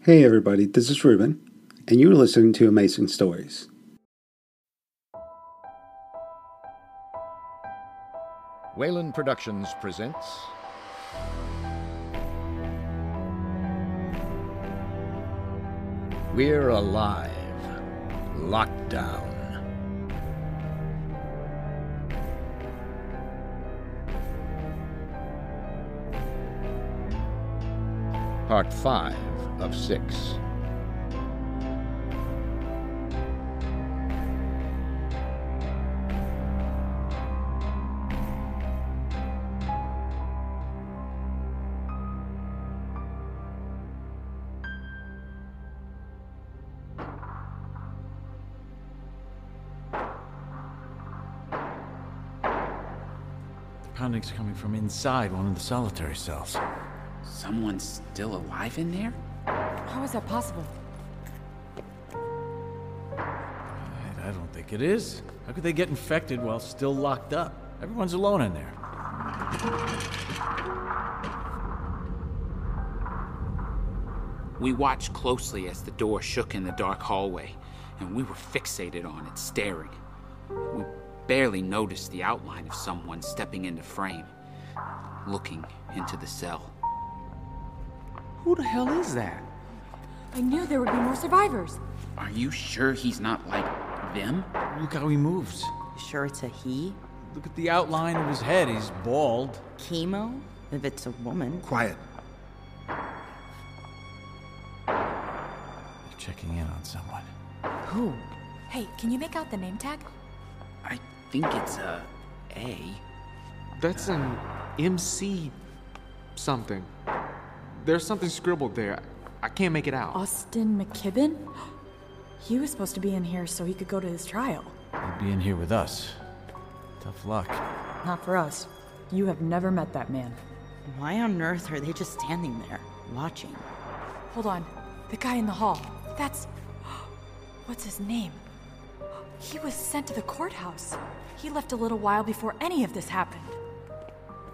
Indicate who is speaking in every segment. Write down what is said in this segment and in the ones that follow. Speaker 1: Hey, everybody, this is Ruben, and you're listening to Amazing Stories.
Speaker 2: Wayland Productions presents We're Alive Lockdown. Part 5 of 6.
Speaker 3: Pounding's coming from inside one of the solitary cells.
Speaker 4: Someone's still alive in there?
Speaker 5: How is that possible?
Speaker 3: I, I don't think it is. How could they get infected while still locked up? Everyone's alone in there.
Speaker 4: We watched closely as the door shook in the dark hallway, and we were fixated on it, staring. We barely noticed the outline of someone stepping into frame, looking into the cell. Who the hell is that?
Speaker 5: I knew there would be more survivors.
Speaker 4: Are you sure he's not like them?
Speaker 3: Look how he moves.
Speaker 6: Sure, it's a he?
Speaker 3: Look at the outline of his head. He's bald.
Speaker 6: Chemo? If it's a woman.
Speaker 7: Quiet.
Speaker 3: They're checking in on someone.
Speaker 6: Who?
Speaker 5: Hey, can you make out the name tag?
Speaker 4: I think it's a A.
Speaker 8: That's an MC something. There's something scribbled there. I can't make it
Speaker 5: Oh.
Speaker 8: out.
Speaker 5: Austin McKibben? He was supposed to be in here so he could go to his trial.
Speaker 3: He'd be in here with us. Tough luck.
Speaker 5: Not for us. You have never met that man.
Speaker 6: Why on earth are they just standing there, watching?
Speaker 5: Hold on. The guy in the hall. That's. What's his name? He was sent to the courthouse. He left a little while before any of this happened.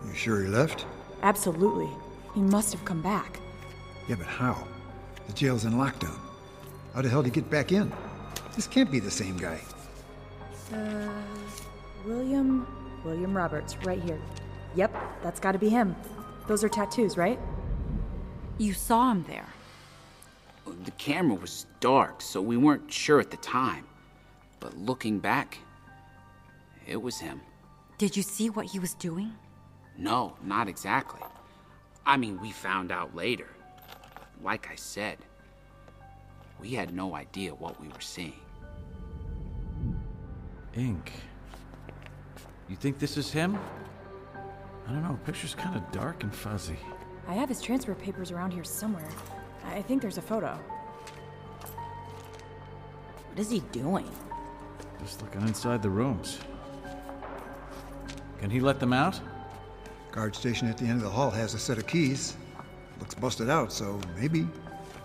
Speaker 7: You sure he left?
Speaker 5: Absolutely. He must have come back.
Speaker 7: Yeah, but how? The jail's in lockdown. How the hell did he get back in? This can't be the same guy.
Speaker 5: Uh, William. William Roberts, right here. Yep, that's gotta be him. Those are tattoos, right?
Speaker 9: You saw him there.
Speaker 4: The camera was dark, so we weren't sure at the time. But looking back, it was him.
Speaker 9: Did you see what he was doing?
Speaker 4: No, not exactly. I mean, we found out later. Like I said, we had no idea what we were seeing.
Speaker 3: Ink. You think this is him? I don't know. Picture's kind of dark and fuzzy.
Speaker 5: I have his transfer papers around here somewhere. I I think there's a photo.
Speaker 6: What is he doing?
Speaker 3: Just looking inside the rooms. Can he let them out?
Speaker 7: Guard station at the end of the hall has a set of keys. Looks busted out, so maybe.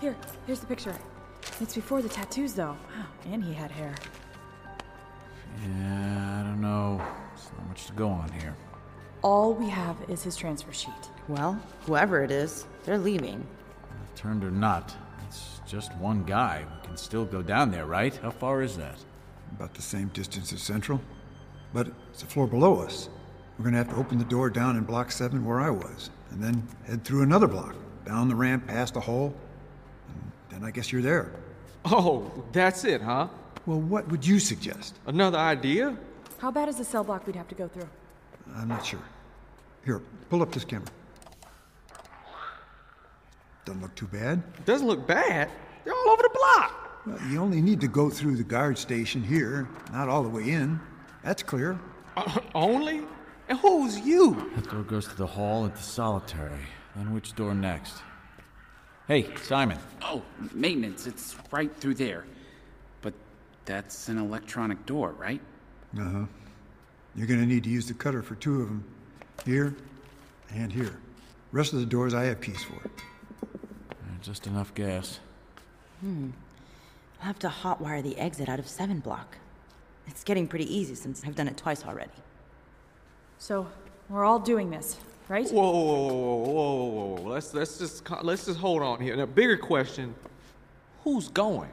Speaker 5: Here, here's the picture. It's before the tattoos, though. Wow, and he had hair.
Speaker 3: Yeah, I don't know. There's not much to go on here.
Speaker 5: All we have is his transfer sheet.
Speaker 6: Well, whoever it is, they're leaving.
Speaker 3: Turned or not, it's just one guy. We can still go down there, right? How far is that?
Speaker 7: About the same distance as Central. But it's a floor below us. We're gonna have to open the door down in block seven where I was, and then head through another block, down the ramp, past the hole, and then I guess you're there.
Speaker 8: Oh, that's it, huh?
Speaker 7: Well, what would you suggest?
Speaker 8: Another idea?
Speaker 5: How bad is the cell block we'd have to go through?
Speaker 7: I'm not sure. Here, pull up this camera. Doesn't look too bad.
Speaker 8: Doesn't look bad. They're all over the block.
Speaker 7: Well, you only need to go through the guard station here, not all the way in. That's clear.
Speaker 8: Uh, only? And who's you?
Speaker 3: That door goes to the hall at the solitary. Then which door next? Hey, Simon.
Speaker 4: Oh, maintenance, it's right through there. But that's an electronic door, right?
Speaker 7: Uh huh. You're gonna need to use the cutter for two of them. Here and here. Rest of the doors I have keys for.
Speaker 3: Uh, Just enough gas.
Speaker 6: I'll have to hotwire the exit out of 7 block. It's getting pretty easy since I've done it twice already.
Speaker 5: So, we're all doing this, right?
Speaker 8: Whoa, whoa, whoa, whoa, whoa, whoa, whoa, whoa. Let's let's just co- let's just hold on here. And a bigger question: Who's going?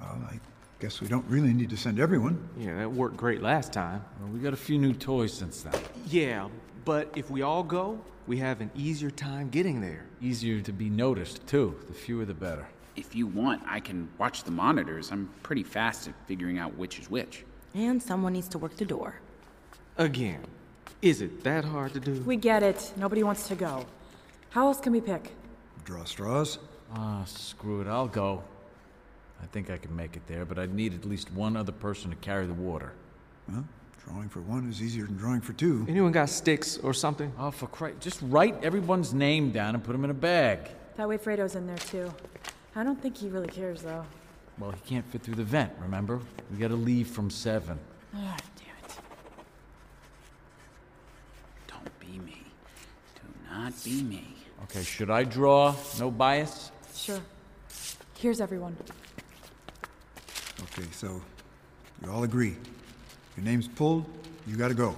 Speaker 7: Well, I guess we don't really need to send everyone.
Speaker 8: Yeah, that worked great last time.
Speaker 3: Well, we got a few new toys since then.
Speaker 8: Yeah, but if we all go, we have an easier time getting there.
Speaker 3: Easier to be noticed, too. The fewer the better.
Speaker 4: If you want, I can watch the monitors. I'm pretty fast at figuring out which is which.
Speaker 6: And someone needs to work the door.
Speaker 8: Again, is it that hard to do?
Speaker 5: We get it. Nobody wants to go. How else can we pick?
Speaker 7: Draw straws.
Speaker 3: Ah, screw it, I'll go. I think I can make it there, but I'd need at least one other person to carry the water.
Speaker 7: Well, drawing for one is easier than drawing for two.
Speaker 8: Anyone got sticks or something?
Speaker 3: Oh, for Christ, just write everyone's name down and put them in a bag.
Speaker 5: That way Fredo's in there too. I don't think he really cares though.
Speaker 3: Well, he can't fit through the vent, remember? We gotta leave from seven.
Speaker 5: Ah, damn it.
Speaker 4: Don't be me. Do not be me.
Speaker 3: Okay, should I draw? No bias?
Speaker 5: Sure. Here's everyone.
Speaker 7: Okay, so you all agree. Your name's pulled, you gotta go.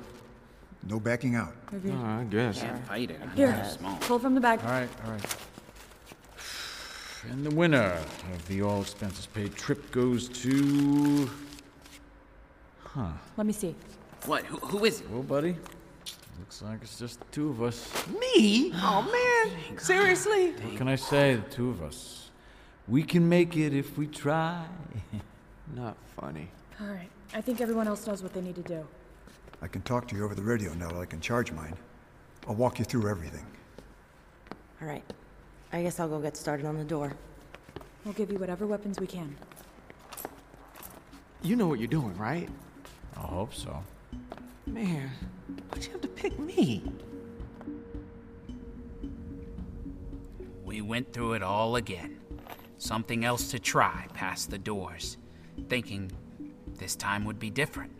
Speaker 7: No backing out.
Speaker 5: Maybe.
Speaker 8: Oh, I guess.
Speaker 4: Can't fight it. I'm
Speaker 5: Here,
Speaker 4: too small.
Speaker 5: pull from the bag.
Speaker 3: Alright, alright. And the winner of the all expenses paid trip goes to.
Speaker 5: Let me see.
Speaker 4: What? Who, who is it?
Speaker 3: Well, oh, buddy, looks like it's just the two of us.
Speaker 8: Me? Oh man, seriously?
Speaker 3: What can I say? The two of us. We can make it if we try.
Speaker 8: Not funny.
Speaker 5: All right. I think everyone else knows what they need to do.
Speaker 7: I can talk to you over the radio now that I can charge mine. I'll walk you through everything.
Speaker 6: All right. I guess I'll go get started on the door.
Speaker 5: We'll give you whatever weapons we can.
Speaker 8: You know what you're doing, right?
Speaker 3: I hope so.
Speaker 8: Man, why'd you have to pick me?
Speaker 4: We went through it all again. Something else to try past the doors, thinking this time would be different.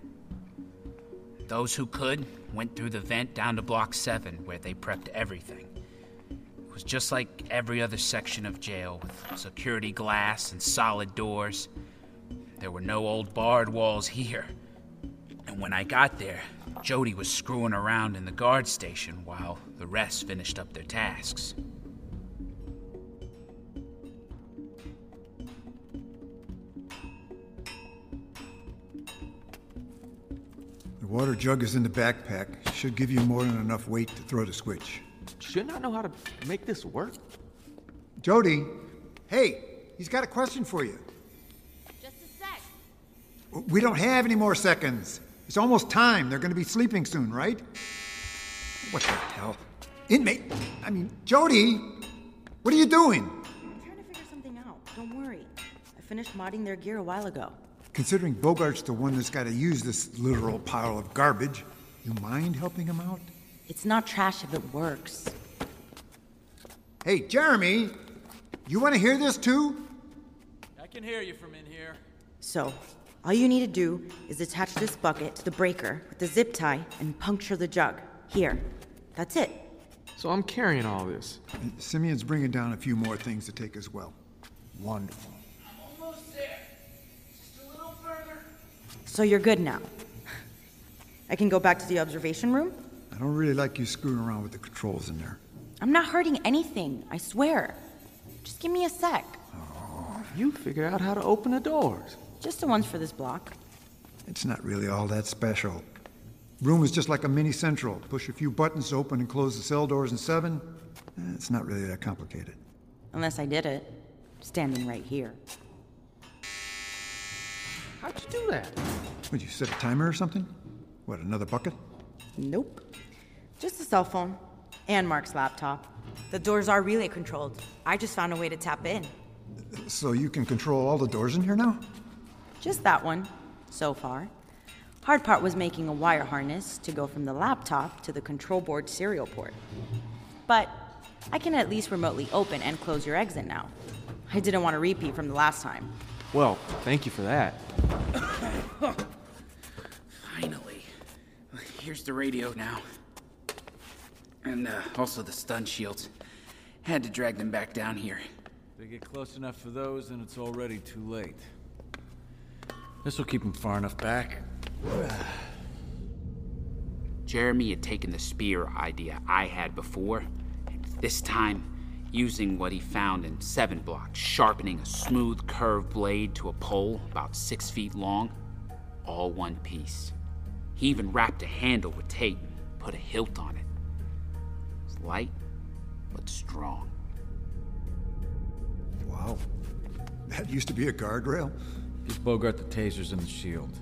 Speaker 4: Those who could went through the vent down to Block 7, where they prepped everything. It was just like every other section of jail, with security glass and solid doors. There were no old barred walls here. And when I got there, Jody was screwing around in the guard station while the rest finished up their tasks.
Speaker 7: The water jug is in the backpack. Should give you more than enough weight to throw the switch.
Speaker 8: Shouldn't I know how to make this work?
Speaker 7: Jody, hey, he's got a question for you.
Speaker 9: Just a sec.
Speaker 7: We don't have any more seconds. It's almost time. They're going to be sleeping soon, right? What the hell? Inmate, I mean, Jody, what are you doing?
Speaker 6: I'm trying to figure something out. Don't worry. I finished modding their gear a while ago.
Speaker 7: Considering Bogart's the one that's got to use this literal pile of garbage, you mind helping him out?
Speaker 6: It's not trash if it works.
Speaker 7: Hey, Jeremy, you want to hear this too?
Speaker 3: I can hear you from in here.
Speaker 6: So, all you need to do is attach this bucket to the breaker with the zip tie and puncture the jug. Here. That's it.
Speaker 8: So I'm carrying all this.
Speaker 7: And Simeon's bringing down a few more things to take as well. Wonderful.
Speaker 6: So you're good now. I can go back to the observation room?
Speaker 7: I don't really like you screwing around with the controls in there.
Speaker 6: I'm not hurting anything, I swear. Just give me a sec.
Speaker 8: You figure out how to open the doors.
Speaker 6: Just the ones for this block.
Speaker 7: It's not really all that special. Room is just like a mini central. Push a few buttons to open and close the cell doors in seven. Eh, It's not really that complicated.
Speaker 6: Unless I did it. Standing right here.
Speaker 8: How'd you do that?
Speaker 7: Would you set a timer or something? What, another bucket?
Speaker 6: Nope. Just a cell phone. And Mark's laptop. The doors are relay controlled. I just found a way to tap in.
Speaker 7: So you can control all the doors in here now?
Speaker 6: Just that one, so far. Hard part was making a wire harness to go from the laptop to the control board serial port. But I can at least remotely open and close your exit now. I didn't want to repeat from the last time.
Speaker 8: Well, thank you for that.
Speaker 4: Finally. Here's the radio now. And uh, also the stun shields. Had to drag them back down here.
Speaker 3: They get close enough for those, and it's already too late. This will keep them far enough back.
Speaker 4: Jeremy had taken the spear idea I had before, and this time using what he found in seven blocks, sharpening a smooth curved blade to a pole about six feet long, all one piece. He even wrapped a handle with tape and put a hilt on it. It's light, but strong.
Speaker 7: Wow. That used to be a guardrail.
Speaker 3: Give Bogart the tasers and the shield.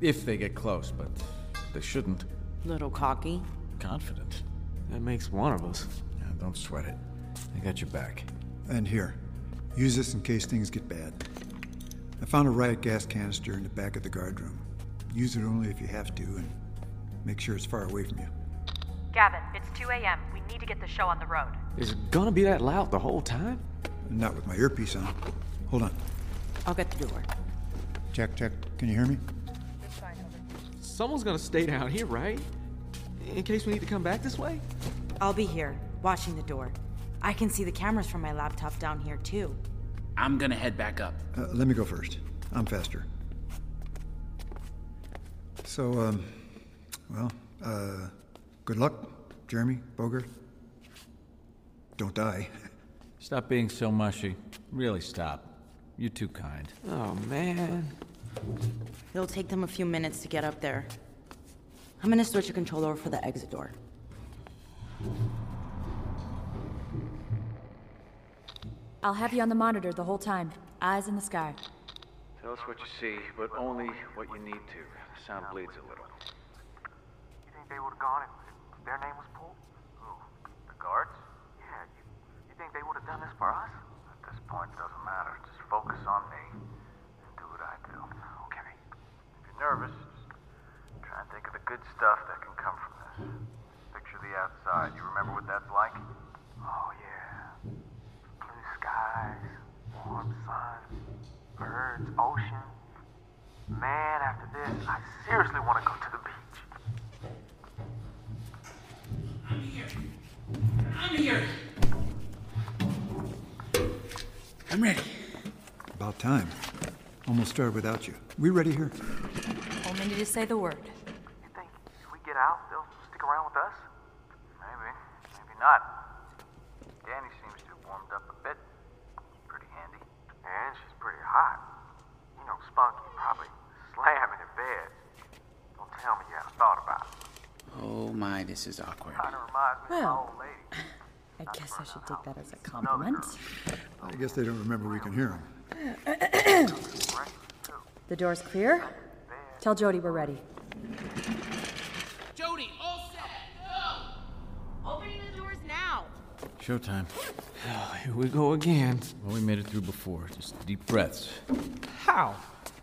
Speaker 3: If they get close, but they shouldn't.
Speaker 6: Little cocky.
Speaker 3: Confident.
Speaker 8: That makes one of us.
Speaker 3: Yeah, don't sweat it. I got your back.
Speaker 7: And here, use this in case things get bad. I found a riot gas canister in the back of the guard room. Use it only if you have to, and make sure it's far away from you.
Speaker 10: Gavin, it's 2 a.m. We need to get the show on the road.
Speaker 8: Is it gonna be that loud the whole time?
Speaker 7: Not with my earpiece on. Hold on.
Speaker 6: I'll get the door.
Speaker 7: Check, check. Can you hear me?
Speaker 8: Someone's gonna stay down here, right? In case we need to come back this way?
Speaker 6: I'll be here, watching the door. I can see the cameras from my laptop down here, too.
Speaker 4: I'm gonna head back up.
Speaker 7: Uh, let me go first. I'm faster. So, um, well, uh, good luck, Jeremy, Bogart. Don't die.
Speaker 3: Stop being so mushy. Really stop. You're too kind.
Speaker 8: Oh man.
Speaker 6: It'll take them a few minutes to get up there. I'm gonna switch the controller for the exit door.
Speaker 5: I'll have you on the monitor the whole time, eyes in the sky.
Speaker 11: Tell us what you see, but only what you need to. Sound bleeds a little.
Speaker 12: You think they would've gone if their name was pulled?
Speaker 11: Who? The guards?
Speaker 12: Yeah, you, you think they would've done this for us?
Speaker 11: At this point, it doesn't matter. Just focus on me and do what I do.
Speaker 12: Okay.
Speaker 11: If you're nervous, just try and think of the good stuff that can come from this. Picture the outside. You remember what that's like?
Speaker 12: Oh yeah. Blue skies, warm sun, birds, Oh. ocean. Man, after this, I seriously want to go to the beach.
Speaker 4: I'm here. I'm here. I'm ready.
Speaker 7: About time. Almost started without you. We ready here?
Speaker 5: Only need to say the word.
Speaker 12: You think if we get out, they'll stick around with us?
Speaker 11: Maybe. Maybe not. Danny seems to have warmed up a bit. Pretty handy.
Speaker 12: And she's pretty hot. You know, Spunky probably slamming in bed. Don't tell me you had a thought about it.
Speaker 4: Oh my, this is awkward.
Speaker 12: Kind of reminds me of an
Speaker 10: Well.
Speaker 12: old lady.
Speaker 10: I guess I should take that as a compliment.
Speaker 7: I guess they don't remember we can hear them.
Speaker 10: The door's clear. Tell Jody we're ready.
Speaker 4: Jody, all set.
Speaker 9: Opening the doors now.
Speaker 3: Showtime.
Speaker 8: Here we go again.
Speaker 3: Well, we made it through before. Just deep breaths.
Speaker 8: How?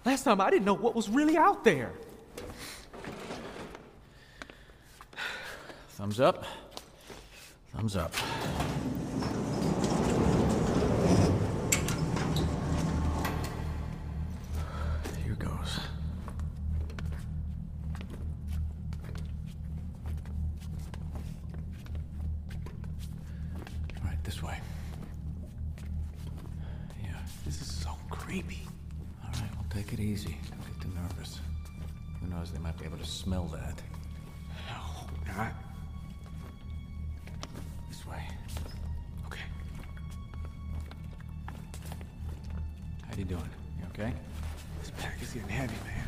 Speaker 8: Last time I didn't know what was really out there.
Speaker 3: Thumbs up. Thumbs up. Here goes. All right, this way. Yeah,
Speaker 8: This is so creepy.
Speaker 3: all right, we'll take it easy. Don't get too nervous. Who knows, they might be able to smell that.
Speaker 8: No, not.
Speaker 3: This way.
Speaker 8: Okay.
Speaker 3: How you doing? You okay?
Speaker 8: This pack is getting heavy, man.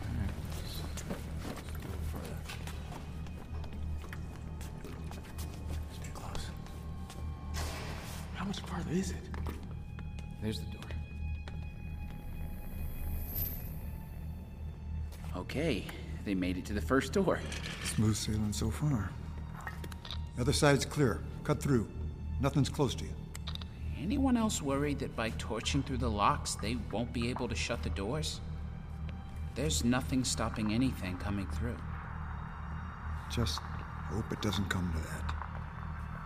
Speaker 3: Further. Stay close.
Speaker 8: How much farther is it?
Speaker 3: There's the door.
Speaker 4: Okay, they made it to the first door.
Speaker 7: Smooth sailing so far. The other side's clear. Cut through. Nothing's close to you.
Speaker 4: Anyone else worried that by torching through the locks, they won't be able to shut the doors? There's nothing stopping anything coming through.
Speaker 7: Just hope it doesn't come to that.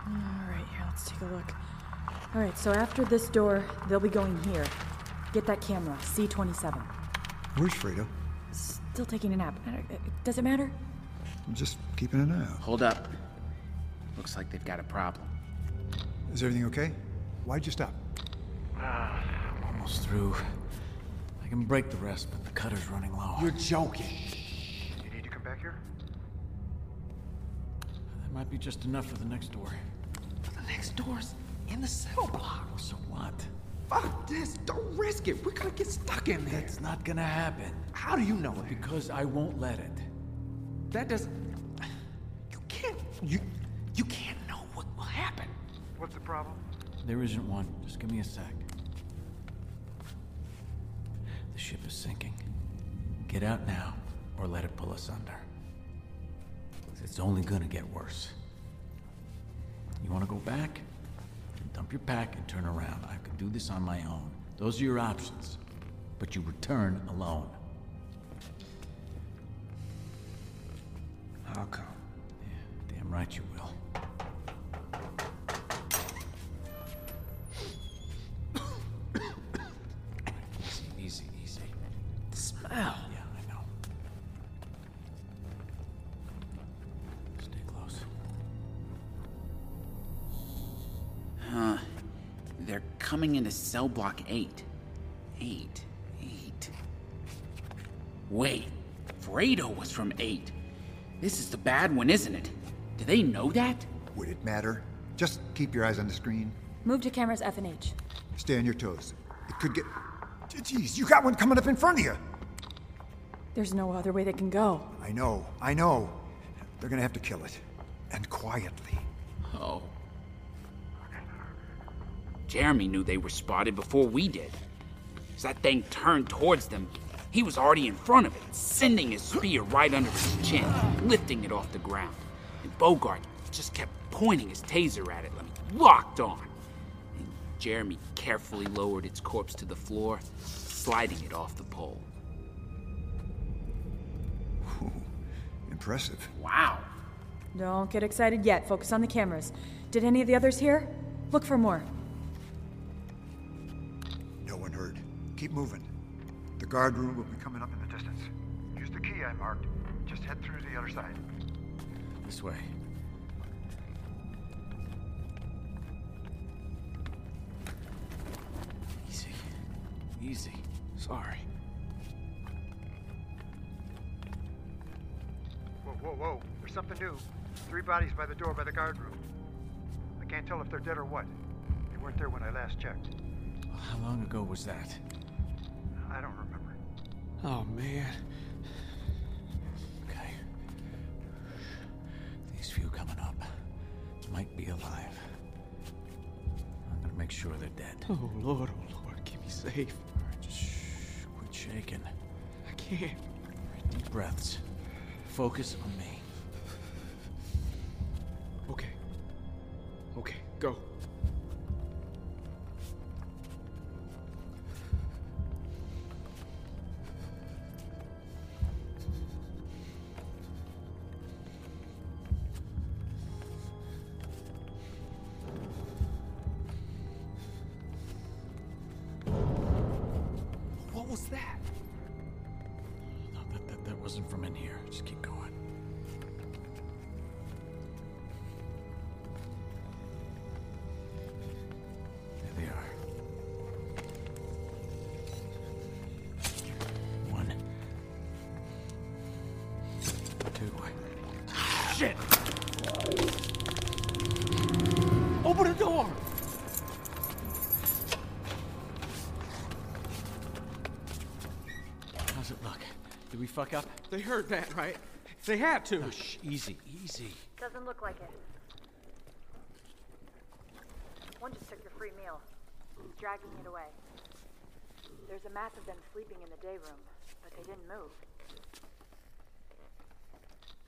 Speaker 5: All right, here, let's take a look. All right, so after this door, they'll be going here. Get that camera, C27.
Speaker 7: Where's Fredo?
Speaker 5: Still taking a nap. I don't- uh, Does it matter?
Speaker 7: I'm just keeping an eye out.
Speaker 4: Hold up. Looks like they've got a problem.
Speaker 7: Is everything okay? Why'd you stop?
Speaker 3: Almost through. I can break the rest, but the cutter's running low.
Speaker 8: You're joking.
Speaker 7: You need to come back here?
Speaker 3: That might be just enough for the next door.
Speaker 8: The next door's in the cell block.
Speaker 3: So what?
Speaker 8: Fuck this. Don't risk it. We're gonna get stuck in there.
Speaker 3: That's not gonna happen.
Speaker 8: How do you know it?
Speaker 3: Because I won't let it.
Speaker 8: That doesn't. You can't. You. You can't know what will happen.
Speaker 12: What's the problem?
Speaker 3: There isn't one. Just give me a sec. The ship is sinking. Get out now, or let it pull us under. 'Cause It's only gonna get worse. You wanna go back? Dump your pack and turn around. I can do this on my own. Those are your options. But you return alone.
Speaker 7: I'll come.
Speaker 3: Yeah, damn right you will. easy, easy, easy.
Speaker 8: The smell.
Speaker 3: Yeah, I know. Stay close.
Speaker 4: Huh. They're coming into cell block eight. Eight. Eight. Wait. Fredo was from eight. This is the bad one, isn't it? Do they know that?
Speaker 7: Would it matter? Just keep your eyes on the screen.
Speaker 5: Move to cameras F and H.
Speaker 7: Stay on your toes. It could get. Jeez, you got one coming up in front of you.
Speaker 5: There's no other way they can go.
Speaker 7: I know, I know. They're gonna have to kill it. And quietly.
Speaker 4: Oh. Jeremy knew they were spotted before we did. As that thing turned towards them, he was already in front of it, sending his spear right under his chin, lifting it off the ground. And Bogart just kept pointing his taser at it, like locked on. And Jeremy carefully lowered its corpse to the floor, sliding it off the pole.
Speaker 7: Impressive.
Speaker 4: Wow.
Speaker 5: Don't get excited yet. Focus on the cameras. Did any of the others hear? Look for more.
Speaker 7: No one heard. Keep moving. The guard room will be coming up in the distance. Use the key I marked. Just head through to the other side.
Speaker 3: This way. Easy. Easy. Sorry.
Speaker 7: Whoa, whoa, whoa. There's something new. Three bodies by the door by the guard room. I can't tell if they're dead or what. They weren't there when I last checked.
Speaker 3: How long ago was that?
Speaker 7: I don't remember.
Speaker 8: Oh man.
Speaker 3: Okay. These few coming up might be alive. I'm gonna make sure they're dead.
Speaker 8: Oh lord, oh lord, keep me safe.
Speaker 3: Just shh, quit shaking.
Speaker 8: I can't.
Speaker 3: Deep breaths. Focus on me.
Speaker 8: Okay. Okay, go. What was that?
Speaker 3: No, that, that, that wasn't from in here. Just keep going. There they are. One. Two.
Speaker 8: Shit! Open the door!
Speaker 3: How's it look? Did we fuck up?
Speaker 8: They heard that, right? They had to.
Speaker 3: No, shh, Oh, easy, easy.
Speaker 10: Doesn't look like it. One just took your free meal. He's dragging it away. There's a mass of them sleeping in the day room, but they didn't move.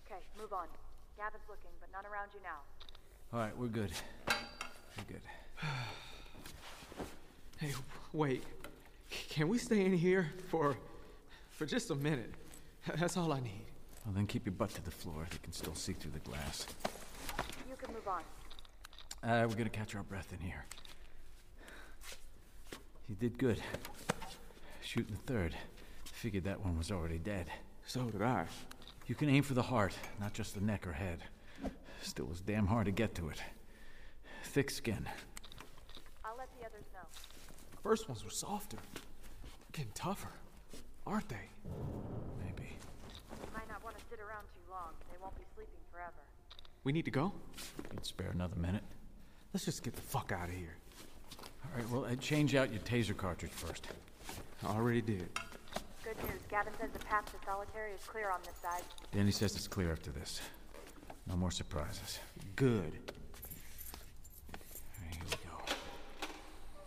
Speaker 10: Okay, move on. Gavin's looking, but none around you now.
Speaker 3: All right, we're good. We're good.
Speaker 8: Hey, wait. Can we stay in here for for just a minute? That's all I need.
Speaker 3: Well, then keep your butt to the floor. They can still see through the glass.
Speaker 10: You can move on.
Speaker 3: Uh, we're gonna catch our breath in here. You did good. Shooting the third. Figured that one was already dead.
Speaker 8: So Oh, did I.
Speaker 3: You can aim for the heart, not just the neck or head. Still was damn hard to get to it. Thick skin.
Speaker 10: I'll let the others know.
Speaker 8: First ones were softer. Getting tougher. Aren't they?
Speaker 3: Maybe.
Speaker 10: You might not want to sit around too long. They won't be sleeping forever.
Speaker 8: We need to go?
Speaker 3: Could spare another minute.
Speaker 8: Let's just get the fuck out of here.
Speaker 3: All right, well, uh, change out your taser cartridge first.
Speaker 8: I already did.
Speaker 10: Good news. Gavin says the path to solitary is clear on this side.
Speaker 3: Danny says it's clear after this. No more surprises.
Speaker 8: Good.
Speaker 3: All right, here we go.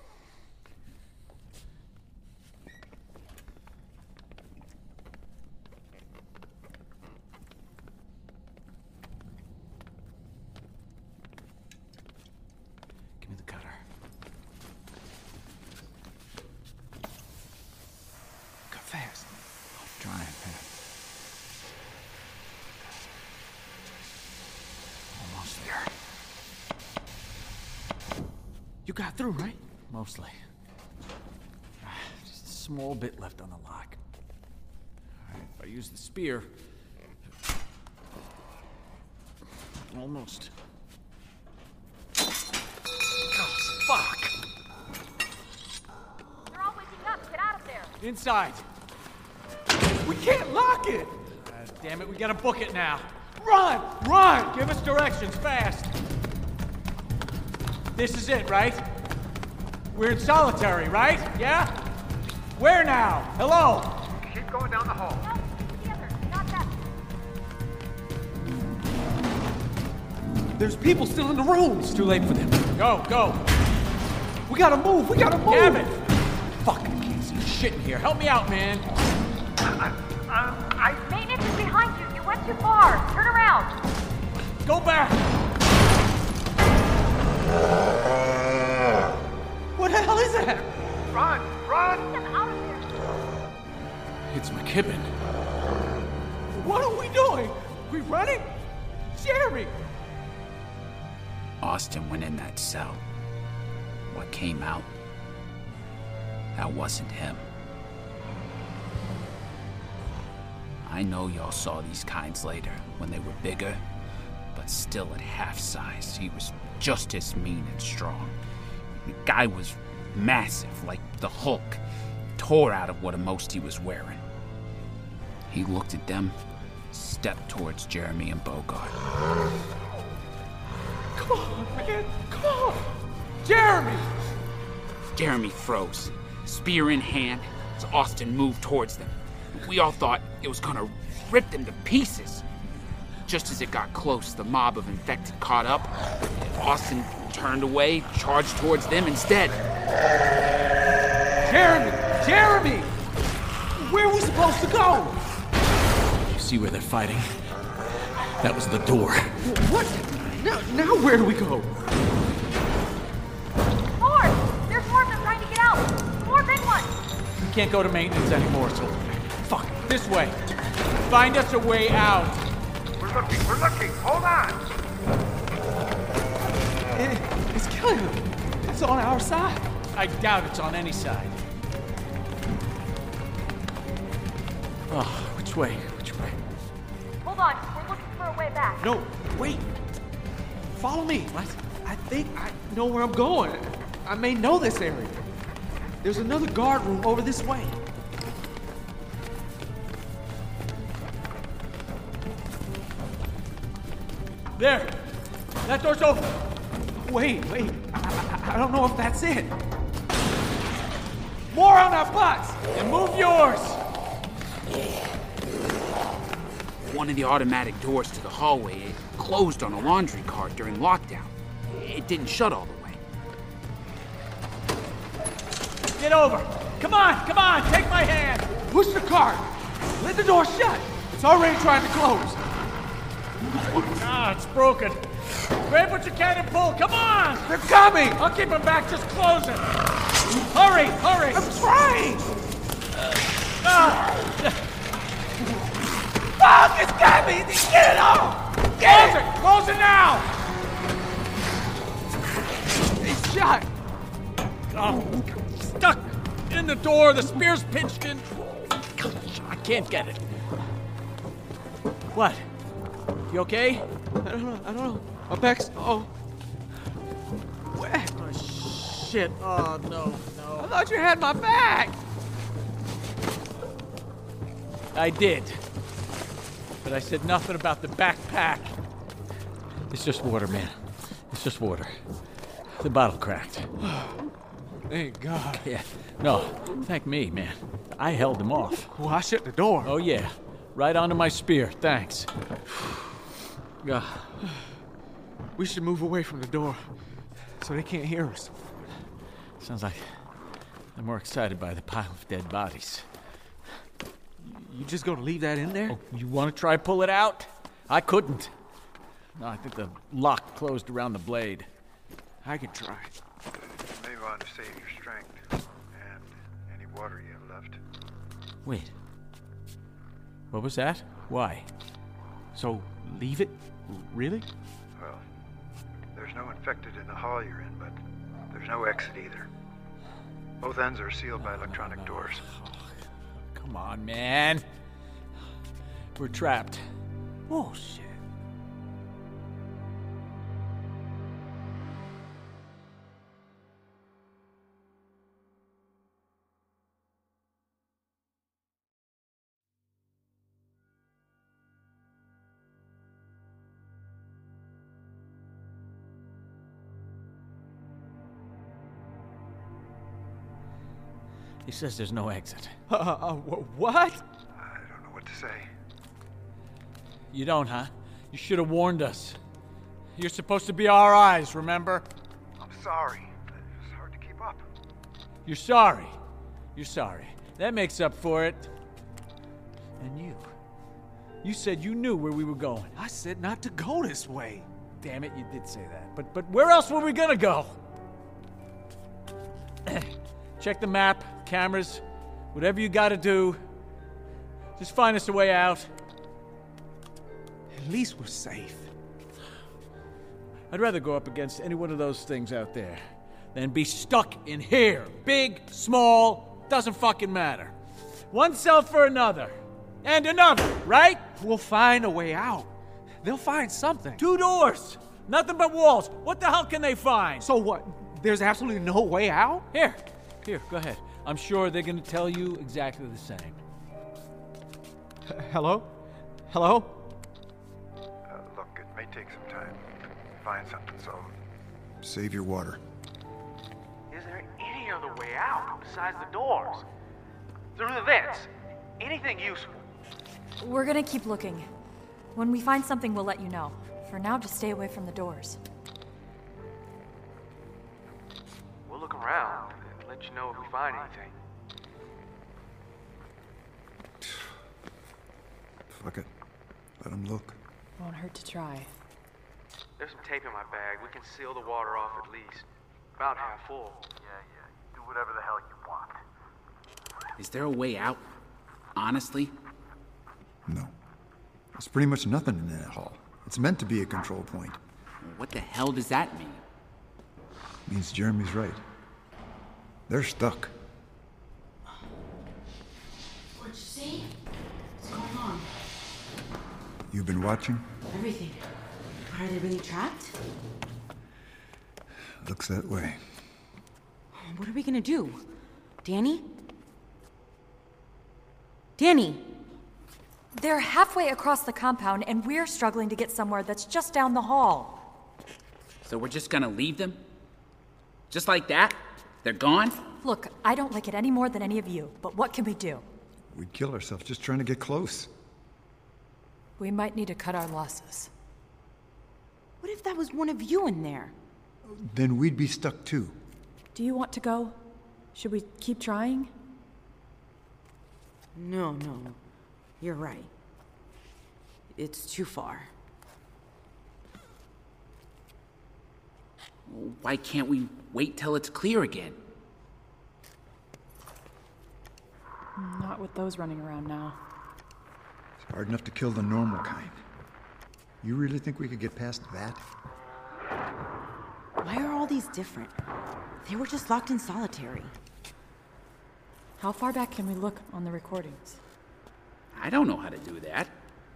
Speaker 3: Give me the cutter.
Speaker 8: Go fast.
Speaker 3: I'm trying, man. Almost there.
Speaker 8: You got through, right?
Speaker 3: Mostly. Ah, Just a small bit left on the lock. All right, if I use the spear. Almost. Oh,
Speaker 8: Fuck!
Speaker 10: They're all waking up. Get out of there.
Speaker 8: Inside. We can't lock it!
Speaker 3: Ah, damn it, we gotta book it now.
Speaker 8: Run! Run!
Speaker 3: Give us directions fast. This is it, right? We're in solitary, right? Yeah? Where now? Hello?
Speaker 12: Keep going down the hall.
Speaker 10: No, the other. Not that.
Speaker 8: There's people still in the room! It's too late for them.
Speaker 3: Go, go.
Speaker 8: We gotta move! We gotta move!
Speaker 3: Damn it. Fuck, I can't see shit in here. Help me out, man.
Speaker 12: I,
Speaker 10: Maintenance is behind you. You went too far. Turn around.
Speaker 3: Go back.
Speaker 8: What the hell is that?
Speaker 12: run, run!
Speaker 10: Get them out of there.
Speaker 3: It's McKibben.
Speaker 8: What are we doing? We running? Jerry!
Speaker 4: Austin went in that cell. What came out? That wasn't him. I know y'all saw these kinds later when they were bigger, but still at half size, he was just as mean and strong. The guy was massive, like the Hulk, tore out of what a most he was wearing. He looked at them, stepped towards Jeremy and Bogart.
Speaker 8: Come on, man! Come on! Jeremy!
Speaker 4: Jeremy froze, spear in hand, as Austin moved towards them. We all thought it was gonna rip them to pieces. Just as it got close, the mob of infected caught up. Austin turned away, charged towards them instead.
Speaker 8: Jeremy! Jeremy! Where are we supposed to go?
Speaker 3: You see where they're fighting? That was the door.
Speaker 8: What? Now, now where do we go?
Speaker 10: More. There's more of them trying to get out. More big ones.
Speaker 3: We can't go to maintenance anymore, so. Fuck, this way. Find us a way out.
Speaker 12: We're looking, we're looking. Hold on.
Speaker 8: It- it's killing them. It's on our side.
Speaker 3: I doubt it's on any side. Oh, which way? Which way?
Speaker 10: Hold on. We're looking for a way back.
Speaker 8: No, wait. Follow me. What? I think I know where I'm going. I may know this area. There's another guard room over this way.
Speaker 3: There! That door's open!
Speaker 8: Wait, wait. I, I, I don't know if that's it. More on our butts!
Speaker 3: And move yours!
Speaker 4: One of the automatic doors to the hallway it closed on a laundry cart during lockdown. It didn't shut all the way.
Speaker 3: Get over! Come on, come on, take my hand!
Speaker 8: Push the cart! Let the door shut! It's already trying to close.
Speaker 3: Ah, it's broken. Grab what you can and pull, come on!
Speaker 8: They're coming!
Speaker 3: I'll keep him back, just close it! Hurry, hurry!
Speaker 8: I'm trying!
Speaker 3: Ah,
Speaker 8: Fuck! It's coming! Get it off!
Speaker 3: close
Speaker 8: Get it!
Speaker 3: it, close it now!
Speaker 8: It's shut!
Speaker 3: Oh, stuck in the door, the spear's pinched in. I can't get it. What? You okay?
Speaker 8: I don't know. I don't know. My back's oh. Wet.
Speaker 3: Shit, oh no, no.
Speaker 8: I thought you had my back.
Speaker 3: I did. But I said nothing about the backpack. It's just water, man. It's just water. The bottle cracked.
Speaker 8: Thank God.
Speaker 3: Yeah. No, thank me, man. I held them off.
Speaker 8: Well, I shut the door.
Speaker 3: Oh, yeah. Right onto my spear. Thanks. God.
Speaker 8: We should move away from the door so they can't hear us.
Speaker 3: Sounds like they're more excited by the pile of dead bodies.
Speaker 8: You just gonna leave that in there?
Speaker 3: Oh, you wanna try pull it out? I couldn't. No, I think the lock closed around the blade.
Speaker 8: I could try.
Speaker 11: You may want to save your strength and any water you have left.
Speaker 3: Wait. What was that? Why?
Speaker 8: So, leave it? Really?
Speaker 11: Well, there's no infected in the hall you're in, but there's no exit either. Both ends are sealed by electronic
Speaker 3: no.
Speaker 11: doors.
Speaker 3: Come on, man. We're trapped.
Speaker 8: Oh, shit.
Speaker 3: He says there's no exit.
Speaker 8: Uh, uh, wh- what?
Speaker 11: I don't know what to say.
Speaker 3: You don't, huh? You should have warned us. You're supposed to be our eyes, remember?
Speaker 11: I'm sorry. It's hard to keep up.
Speaker 3: You're sorry. You're sorry. That makes up for it. And you. You said you knew where we were going.
Speaker 8: I said not to go this way.
Speaker 3: Damn it, you did say that. But but where else were we gonna go? Check the map, cameras, whatever you gotta do. Just find us a way out.
Speaker 8: At least we're safe.
Speaker 3: I'd rather go up against any one of those things out there than be stuck in here. Big, small, doesn't fucking matter. One cell for another. And another, right?
Speaker 8: We'll find a way out. They'll find something.
Speaker 3: Two doors. Nothing but walls. What the hell can they find?
Speaker 8: So what? There's absolutely no way out?
Speaker 3: Here, here, go ahead. I'm sure they're gonna tell you exactly the same.
Speaker 8: Hello? Hello?
Speaker 11: Uh, look, it may take some time to find something, so
Speaker 7: Save your water.
Speaker 12: Is there any other way out besides the doors? Through the vents? Anything useful?
Speaker 5: We're gonna keep looking. When we find something, we'll let you know. For now, just stay away from the doors.
Speaker 12: We'll look around and let you know if we find anything.
Speaker 7: Fuck it. Let them look.
Speaker 5: Won't hurt to try.
Speaker 12: There's some tape in my bag. We can seal the water off at least. About half full.
Speaker 11: Yeah, yeah. Do whatever the hell you want.
Speaker 4: Is there a way out? Honestly?
Speaker 7: No. There's pretty much nothing in that hall. It's meant to be a control point.
Speaker 4: What the hell does that mean?
Speaker 7: Means Jeremy's right. They're stuck.
Speaker 13: What you see? What's going on?
Speaker 7: You've been watching?
Speaker 13: Everything. Are they really trapped?
Speaker 7: Looks that way.
Speaker 6: What are we gonna do? Danny? Danny!
Speaker 5: They're halfway across the compound, and we're struggling to get somewhere that's just down the hall.
Speaker 4: So we're just gonna leave them? Just like that? They're gone?
Speaker 5: Look, I don't like it any more than any of you, but what can we do?
Speaker 7: We'd kill ourselves just trying to get close.
Speaker 5: We might need to cut our losses.
Speaker 6: What if that was one of you in there?
Speaker 7: Then we'd be stuck too.
Speaker 5: Do you want to go? Should we keep trying?
Speaker 6: No, no. You're right. It's too far.
Speaker 4: Why can't we wait till it's clear again?
Speaker 5: Not with those running around now.
Speaker 7: It's hard enough to kill the normal kind. You really think we could get past that?
Speaker 6: Why are all these different? They were just locked in solitary.
Speaker 5: How far back can we look on the recordings?
Speaker 4: I don't know how to do that.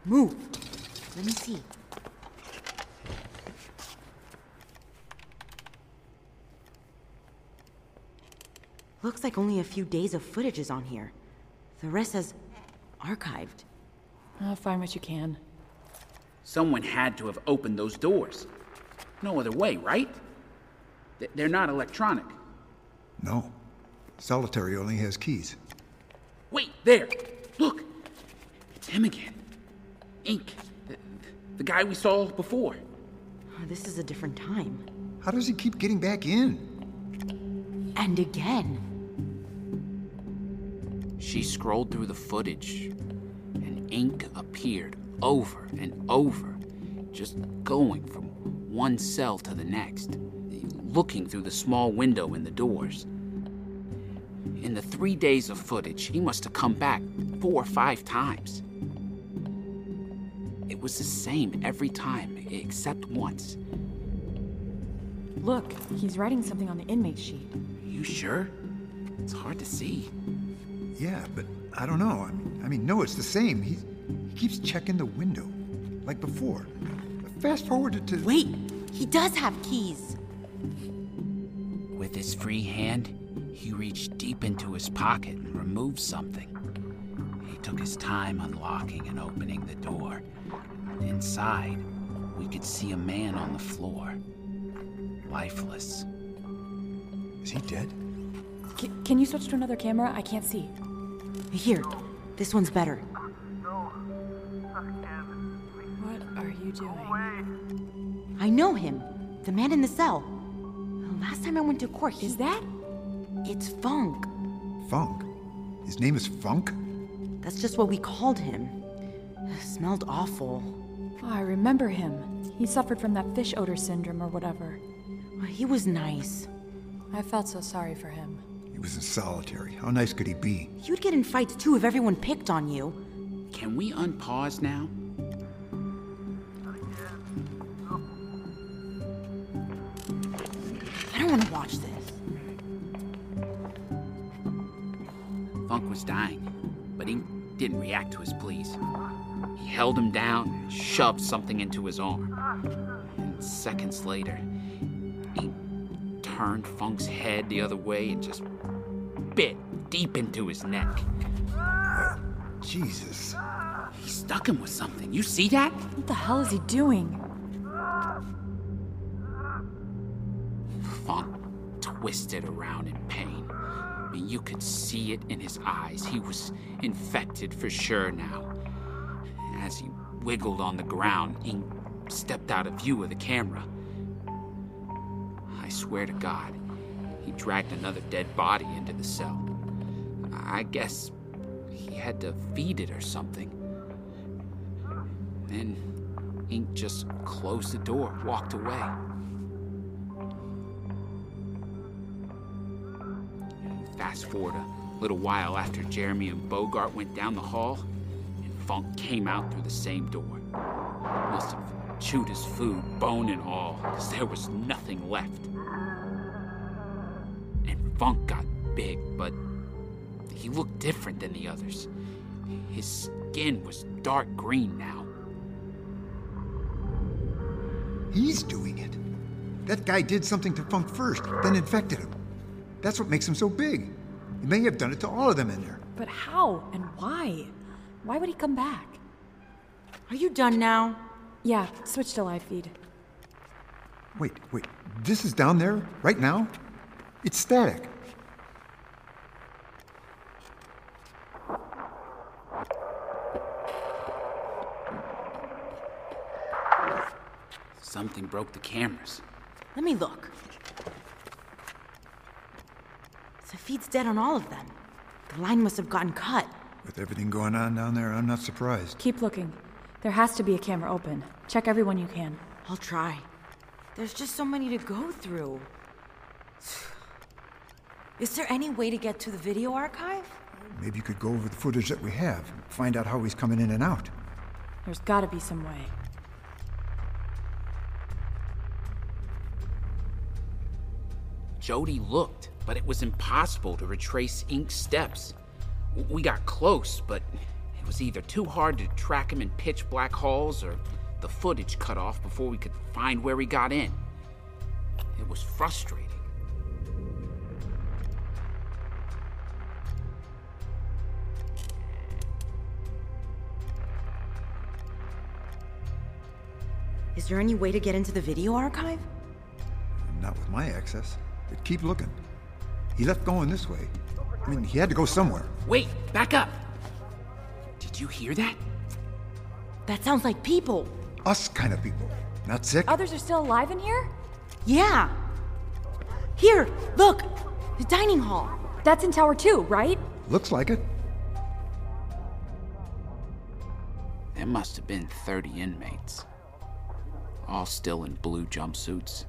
Speaker 6: Move! Let me see. Looks like only a few days of footage is on here. The rest says archived.
Speaker 5: Uh, find what you can.
Speaker 4: Someone had to have opened those doors. No other way, right? Th- They're not electronic.
Speaker 7: No. Solitary only has keys.
Speaker 4: Wait, there. Look. It's him again. Ink. The, the guy we saw before.
Speaker 6: This is a different time.
Speaker 7: How does he keep getting back in?
Speaker 6: And again.
Speaker 4: She scrolled through the footage, and ink appeared over and over, just going from one cell to the next, looking through the small window in the doors. In the three days of footage, he must have come back four or five times. It was the same every time, except once.
Speaker 5: Look, he's writing something on the inmate sheet.
Speaker 4: You sure? It's hard to see.
Speaker 7: Yeah, but I don't know. I mean, I mean no, it's the same. He, he keeps checking the window, like before. Fast forward to, to.
Speaker 6: Wait! He does have keys!
Speaker 4: With his free hand, he reached deep into his pocket and removed something. He took his time unlocking and opening the door. Inside, we could see a man on the floor, lifeless.
Speaker 7: Is he dead?
Speaker 5: C- can you switch to another camera? I can't see.
Speaker 6: Here, this one's better.
Speaker 11: Uh,
Speaker 5: What are you doing?
Speaker 6: I know him. The man in the cell. The Last time I went to court, he... Is
Speaker 5: that?
Speaker 6: It's Funk.
Speaker 7: Funk. His name is Funk?
Speaker 6: That's just what we called him. Smelled awful.
Speaker 5: Oh, I remember him. He suffered from that fish odor syndrome or whatever.
Speaker 6: He was nice.
Speaker 5: I felt so sorry for him.
Speaker 7: He was in solitary. How nice could he be?
Speaker 6: You'd get in fights too if everyone picked on you.
Speaker 4: Can we unpause now?
Speaker 6: I don't want to watch this.
Speaker 4: Funk was dying, but he didn't react to his pleas. He held him down and shoved something into his arm. And seconds later, he turned Funk's head the other way and just bit deep into his neck.
Speaker 7: Jesus.
Speaker 4: He stuck him with something. You see that?
Speaker 5: What the hell is he doing?
Speaker 4: Funk twisted around in pain. And you could see it in his eyes. He was infected for sure now. As he wiggled on the ground, he stepped out of view of the camera. I swear to God, he dragged another dead body into the cell. I guess he had to feed it or something. Then Ink just closed the door, walked away. Fast forward a little while after Jeremy and Bogart went down the hall, and Funk came out through the same door. Must have chewed his food, bone and all, because there was nothing left. And Funk got big, but he looked different than the others. His skin was dark green now.
Speaker 7: He's doing it. That guy did something to Funk first, then infected him. That's what makes him so big. He may have done it to all of them in there.
Speaker 5: But how and why? Why would he come back?
Speaker 6: Are you done now?
Speaker 5: Yeah, switch to live feed.
Speaker 7: Wait, wait. This is down there, right now? It's static.
Speaker 4: Something broke the cameras.
Speaker 6: Let me look. Safid's dead on all of them. The line must have gotten cut.
Speaker 7: With everything going on down there, I'm not surprised.
Speaker 5: Keep looking. There has to be a camera open. Check everyone you can.
Speaker 6: I'll try. There's just so many to go through. Is there any way to get to the video archive?
Speaker 7: Maybe you could go over the footage that we have and find out how he's coming in and out.
Speaker 5: There's gotta be some way.
Speaker 4: Jody looked, but it was impossible to retrace Ink's steps. W- We got close, but it was either too hard to track him in pitch black halls or the footage cut off before we could find where he got in. It was frustrating.
Speaker 6: Is there any way to get into the video archive?
Speaker 7: Not with my access. But keep looking. He left going this way. I mean, he had to go somewhere.
Speaker 4: Wait, back up! Did you hear that?
Speaker 5: That sounds like people.
Speaker 7: Us kind of people. Not sick?
Speaker 5: Others are still alive in here?
Speaker 6: Yeah. Here, look! The dining hall.
Speaker 5: That's in Tower 2, right?
Speaker 7: Looks like it.
Speaker 4: There must have been 30 inmates. All still in blue jumpsuits,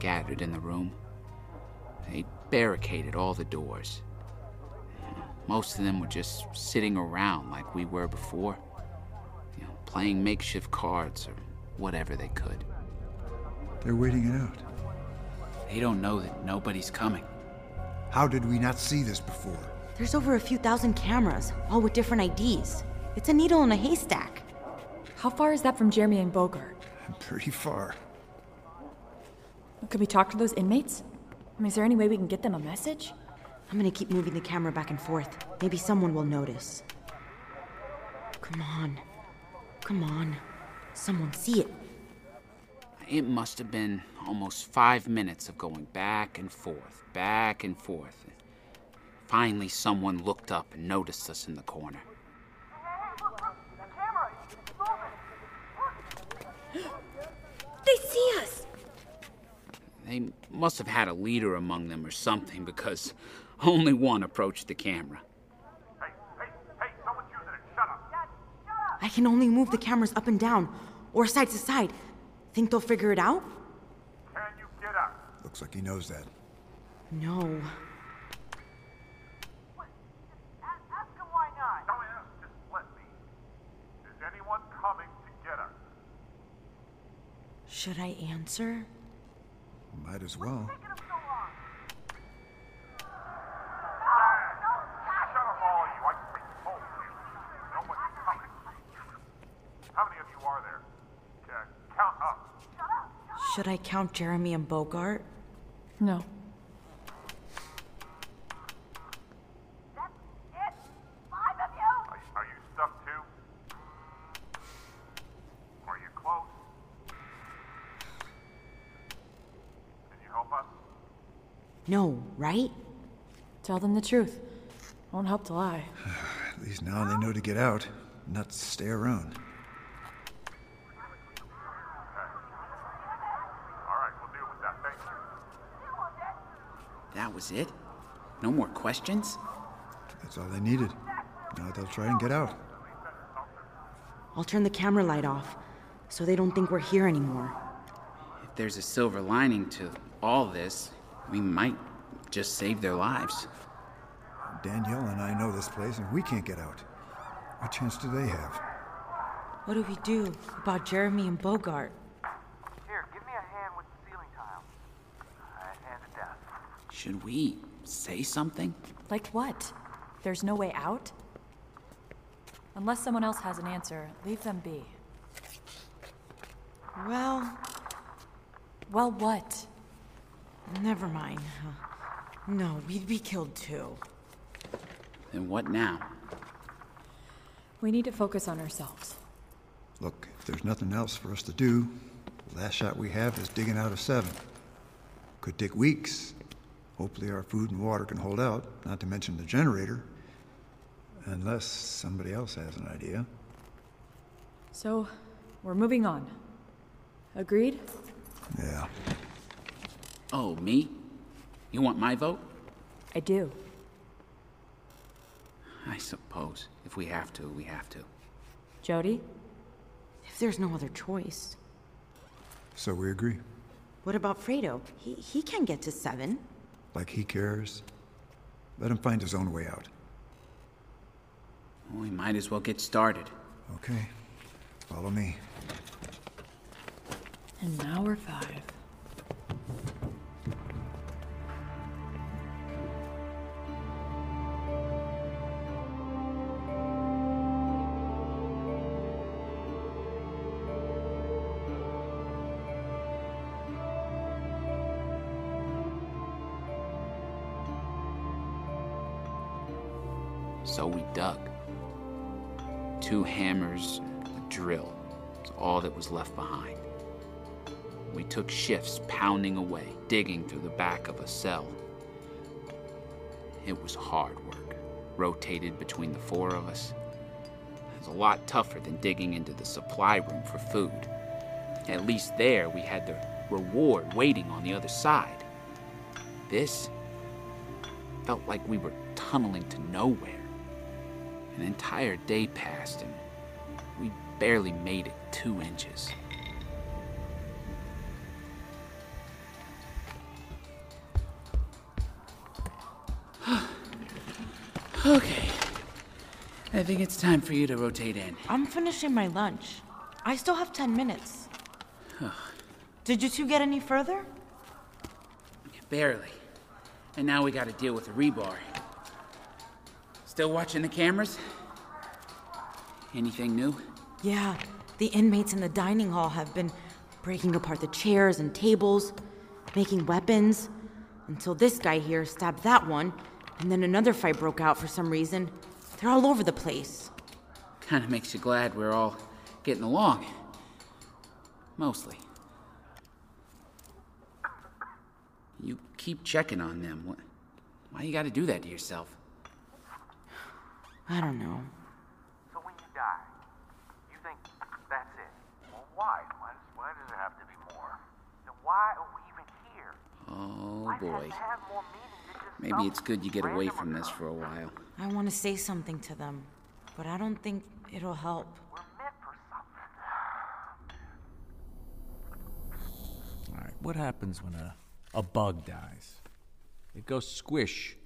Speaker 4: gathered in the room. They barricaded all the doors. Most of them were just sitting around like we were before, you know, playing makeshift cards or whatever they could.
Speaker 7: They're waiting it out.
Speaker 4: They don't know that nobody's coming.
Speaker 7: How did we not see this before?
Speaker 6: There's over a few thousand cameras, all with different IDs. It's a needle in a haystack.
Speaker 5: How far is that from Jeremy and Bogart?
Speaker 7: Pretty far.
Speaker 5: Could we talk to those inmates? I mean, is there any way we can get them a message?
Speaker 6: I'm gonna keep moving the camera back and forth. Maybe someone will notice. Come on. Come on. Someone see it.
Speaker 4: It must have been almost five minutes of going back and forth, back and forth. Finally, someone looked up and noticed us in the corner.
Speaker 5: They see us!
Speaker 4: They must have had a leader among them or something because only one approached the camera.
Speaker 11: Hey, hey, hey, someone's using it. Shut up.
Speaker 6: I can only move the cameras up and down, or side to side. Think they'll figure it out?
Speaker 11: Can you get up?
Speaker 7: Looks like he knows that.
Speaker 6: No.
Speaker 9: Ask him why not.
Speaker 11: No, yeah, just let me. Is anyone coming to get us?
Speaker 6: Should I answer?
Speaker 7: Might as well.
Speaker 11: Shut up, all of you. I told you. No one's coming. How many of you are there? Ca- Count up.
Speaker 6: Should I count Jeremy and Bogart?
Speaker 5: No.
Speaker 9: Five of you?
Speaker 11: Are, are you stuck too? Are you close? Can you help us?
Speaker 6: No, right?
Speaker 5: Tell them the truth. Won't help to lie.
Speaker 7: At least now they know to get out, not stay around.
Speaker 11: All right, we'll deal with that. Thank you.
Speaker 4: That was it? No more questions?
Speaker 7: That's all they needed. Now they'll try and get out.
Speaker 6: I'll turn the camera light off so they don't think we're here anymore.
Speaker 4: If there's a silver lining to all this, we might just save their lives.
Speaker 7: Danielle and I know this place, and we can't get out. What chance do they have?
Speaker 6: What do we do about Jeremy and Bogart?
Speaker 12: Here, give me a hand with the ceiling tile. I hand it down.
Speaker 4: Should we say something?
Speaker 5: Like what? There's no way out? Unless someone else has an answer, leave them be.
Speaker 6: Well,
Speaker 5: Well, what?
Speaker 6: never mind. No, we'd be killed too.
Speaker 4: Then what now?
Speaker 5: We need to focus on ourselves.
Speaker 7: Look, if there's nothing else for us to do, the last shot we have is digging out of seven. Could take weeks. Hopefully, our food and water can hold out, not to mention the generator. Unless somebody else has an idea.
Speaker 5: So, we're moving on. Agreed?
Speaker 7: Yeah.
Speaker 4: Oh, me? You want my vote?
Speaker 5: I do.
Speaker 4: I suppose. If we have to, we have to.
Speaker 5: Jody?
Speaker 6: If there's no other choice.
Speaker 7: So we agree.
Speaker 6: What about Fredo? He, he can get to seven.
Speaker 7: Like he cares. Let him find his own way out.
Speaker 4: We might as well get started.
Speaker 7: Okay. Follow me.
Speaker 5: And now we're five.
Speaker 4: So we dug. Two hammers, a drill, was all that was left behind. We took shifts pounding away, digging through the back of a cell. It was hard work, rotated between the four of us. It was a lot tougher than digging into the supply room for food. At least there we had the reward waiting on the other side. This felt like we were tunneling to nowhere. An entire day passed and we barely made it two inches.
Speaker 14: Okay. I think it's time for you to rotate in.
Speaker 6: I'm finishing my lunch. I still have 10 minutes.
Speaker 14: Ugh,
Speaker 6: Did you two get any further?
Speaker 14: barely. And now we gotta deal with the rebar. Still watching the cameras? Anything new?
Speaker 6: Yeah, the inmates in the dining hall have been breaking apart the chairs and tables, making weapons, until this guy here stabbed that one, and then another fight broke out for some reason. They're all over the place.
Speaker 14: Kinda makes you glad we're all getting along. Mostly. You keep checking on them. Wh- Why you gotta do that to yourself?
Speaker 6: I don't know.
Speaker 11: So when you die, you think that's it? Well, why? Why does, why does it have to be more? Then why are we even here?
Speaker 14: Oh boy. Maybe it's good you get away from this for a while.
Speaker 6: I want to say something to them, but I don't think it'll help.
Speaker 3: Alright, what happens when a, a bug dies? It goes squish.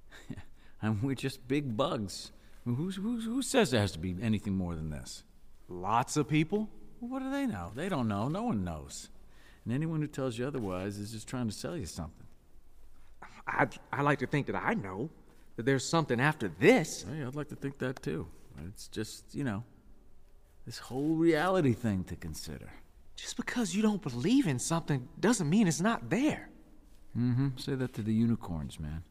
Speaker 3: and we're just big bugs. Who's, who's, who says there has to be anything more than this? Lots of people? What do they know? They don't know. No one knows. And anyone who tells you otherwise is just trying to sell you something.
Speaker 8: I'd, I like to think that I know that there's something after this.
Speaker 3: Hey, I'd like to think that too. It's just, you know, this whole reality thing to consider.
Speaker 8: Just because you don't believe in something doesn't mean it's not there.
Speaker 3: Mm hmm. Say that to the unicorns, man.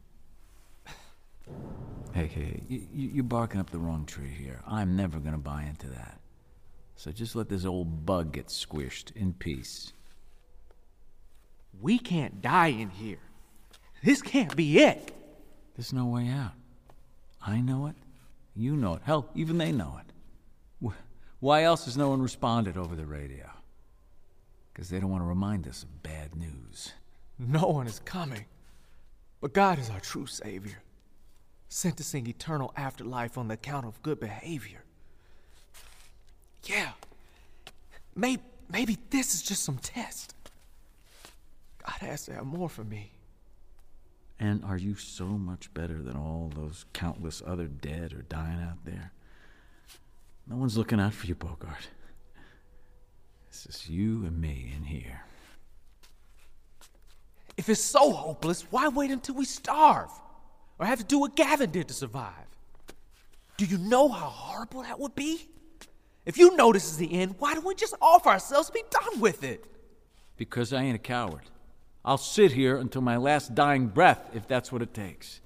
Speaker 3: Hey, hey, hey, you, you- you're barking up the wrong tree here. I'm never going to buy into that. So just let this old bug get squished in peace.
Speaker 8: We can't die in here. This can't be it.
Speaker 3: There's no way out. I know it. You know it. Hell, even they know it. Wh- Why else has no one responded over the radio? Because they don't want to remind us of bad news.
Speaker 8: No one is coming. But God is our true Savior, sentencing eternal afterlife on the account of good behavior. Yeah. Maybe, maybe this is just some test. God has to have more for me.
Speaker 3: And are you so much better than all those countless other dead or dying out there? No one's looking out for you, Bogart. It's just you and me in here.
Speaker 8: If it's so hopeless, why wait until we starve? Or have to do what Gavin did to survive? Do you know how horrible that would be? If you know this is the end, why don't we just offer ourselves to be done with it?
Speaker 3: Because I ain't a coward. I'll sit here until my last dying breath if that's what it takes.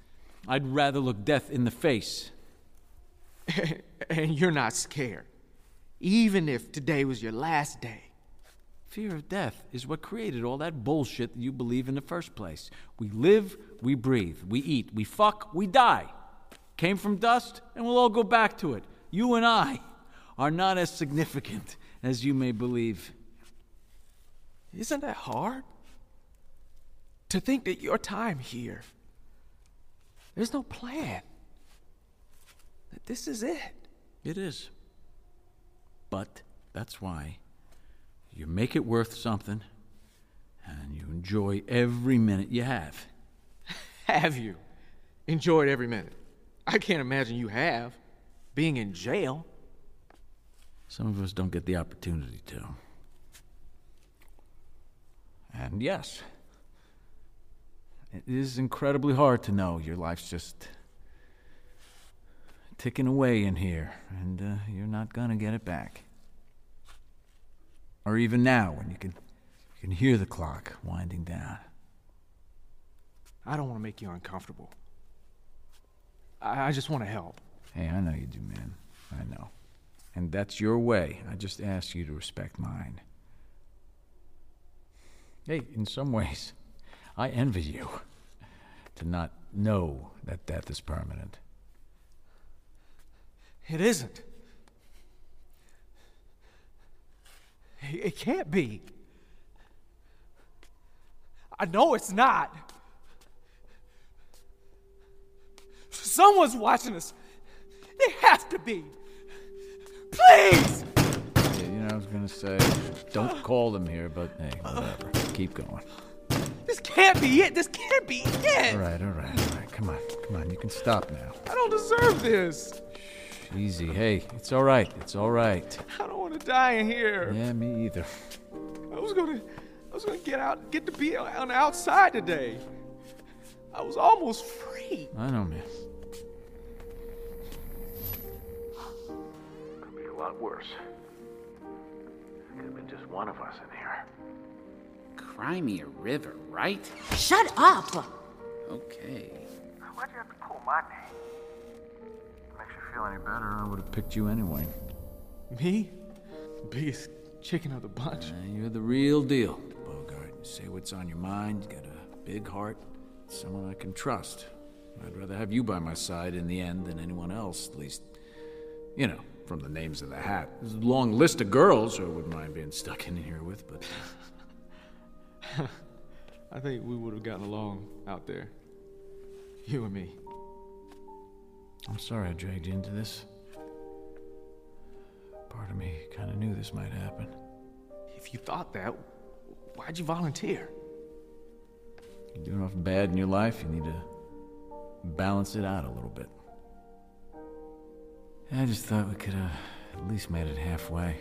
Speaker 3: I'd rather look death in the face.
Speaker 8: and you're not scared. Even if today was your last day.
Speaker 3: Fear of death is what created all that bullshit that you believe in the first place. We live, we breathe, we eat, we fuck, we die. Came from dust, and we'll all go back to it. You and I are not as significant as you may believe.
Speaker 8: Isn't that hard? To think that your time here, there's no plan. That this is it.
Speaker 3: It is. But that's why you make it worth something, and you enjoy every minute you have.
Speaker 8: Have you enjoyed every minute? I can't imagine you have. Being in jail.
Speaker 3: Some of us don't get the opportunity to. And yes, it is incredibly hard to know your life's just ticking away in here, and uh, you're not gonna get it back. Or even now, when you can, you can hear the clock winding down.
Speaker 8: I don't want to make you uncomfortable. I, I just want to help.
Speaker 3: Hey, I know you do, man. I know. And that's your way. I just ask you to respect mine. Hey, in some ways, I envy you to not know that death is permanent.
Speaker 8: It isn't. It it can't be. I know it's not. Someone's watching us. They have to be. Please!
Speaker 3: Yeah, you know, I was gonna say, don't call them here, but hey, whatever. Keep going.
Speaker 8: This can't be it. This can't be it.
Speaker 3: All right, all right, all right. Come on, come on. You can stop now.
Speaker 8: I don't deserve this.
Speaker 3: Easy. Hey, it's all right. It's all right.
Speaker 8: I don't want to die in here.
Speaker 3: Yeah, me either.
Speaker 8: I was gonna, I was gonna get out, get to be on on the outside today. I was almost free.
Speaker 3: I know, man.
Speaker 12: Could be a lot worse. Could have been just one of us in here.
Speaker 4: Cry me a river, right?
Speaker 13: Shut up!
Speaker 4: Okay.
Speaker 12: Why'd you have to pull my name? Makes you feel any better.
Speaker 3: I would have picked you anyway.
Speaker 8: Me? Biggest chicken of the bunch.
Speaker 3: Uh, you're the real deal, Bogart. You say what's on your mind. You got a big heart. Someone I can trust. I'd rather have you by my side in the end than anyone else. At least, you know, from the names of the hat. There's a long list of girls who I wouldn't mind being stuck in here with, but
Speaker 8: I think we would have gotten along out there. You and me.
Speaker 3: I'm sorry I dragged you into this. Part of me kind of knew this might happen.
Speaker 8: If you thought that, why'd you volunteer?
Speaker 3: You're doing off bad in your life. You need to balance it out a little bit. I just thought we could have at least made it halfway.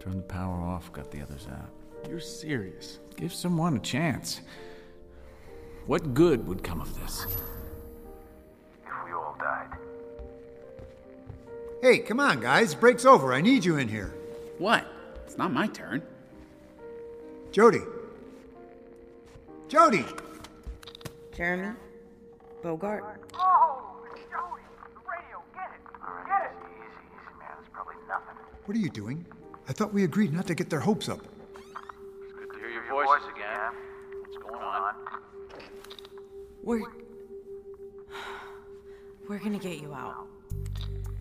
Speaker 3: Turned the power off, got the others out.
Speaker 8: You're serious.
Speaker 3: Give someone a chance. What good would come of this?
Speaker 12: If we all died.
Speaker 7: Hey, come on, guys. Break's over. I need you in here.
Speaker 4: What? It's not my turn.
Speaker 7: Jody. Jody!
Speaker 6: Jeremy? Bogart?
Speaker 9: Oh, Jody, the radio, get it, get it.
Speaker 12: Easy, easy, man. It's probably nothing.
Speaker 7: What are you doing? I thought we agreed not to get their hopes up.
Speaker 11: Good to hear your voice again. What's going on?
Speaker 6: We're. We're gonna get you out.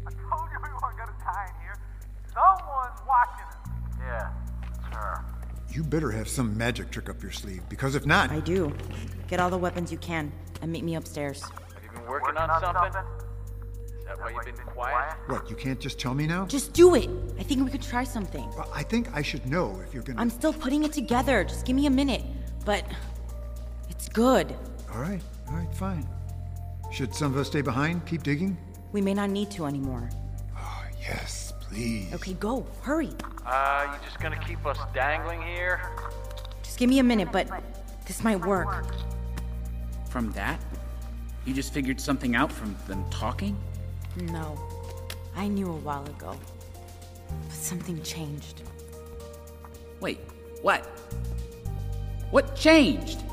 Speaker 9: I told you we weren't gonna die in here. Someone's watching us.
Speaker 12: Yeah, it's her.
Speaker 7: You better have some magic trick up your sleeve, because if not,
Speaker 6: I do. Get all the weapons you can and meet me upstairs.
Speaker 11: Have you been working, on, something? Is that why you've been quiet?
Speaker 7: what, you can't just tell me now?
Speaker 6: Just do it! I think we could try something.
Speaker 7: Well, I think I should know if you're gonna.
Speaker 6: I'm still putting it together. Just give me a minute. But. It's good.
Speaker 7: All right, all right, fine. Should some of us stay behind, keep digging?
Speaker 6: We may not need to anymore.
Speaker 7: Oh, yes, please.
Speaker 6: Okay, go. Hurry.
Speaker 11: Uh, you just gonna keep us dangling here?
Speaker 6: Just give me a minute, but this might work.
Speaker 4: From that? You just figured something out from them talking?
Speaker 6: No. I knew a while ago. But something changed.
Speaker 4: Wait, what? What changed?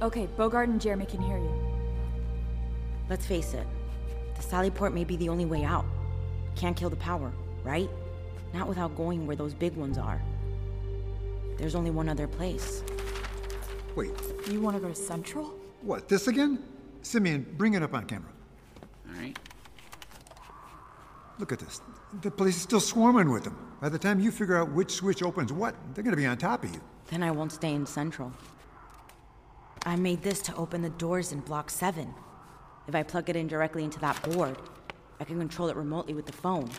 Speaker 5: Okay, Bogart and Jeremy can hear you.
Speaker 6: Let's face it. The Sallyport may be the only way out. Can't kill the power, right? Not without going where those big ones are. There's only one other place.
Speaker 7: Wait,
Speaker 5: You want to go to Central?
Speaker 7: what, this again? Simeon, bring it up on camera.
Speaker 4: All right.
Speaker 7: Look at this. The place is still swarming with them. By the time you figure out which switch opens what, they're gonna be on top of you.
Speaker 6: Then I won't stay in Central. I made this to open the doors in Block 7. If I plug it in directly into that board, I can control it remotely with the phone,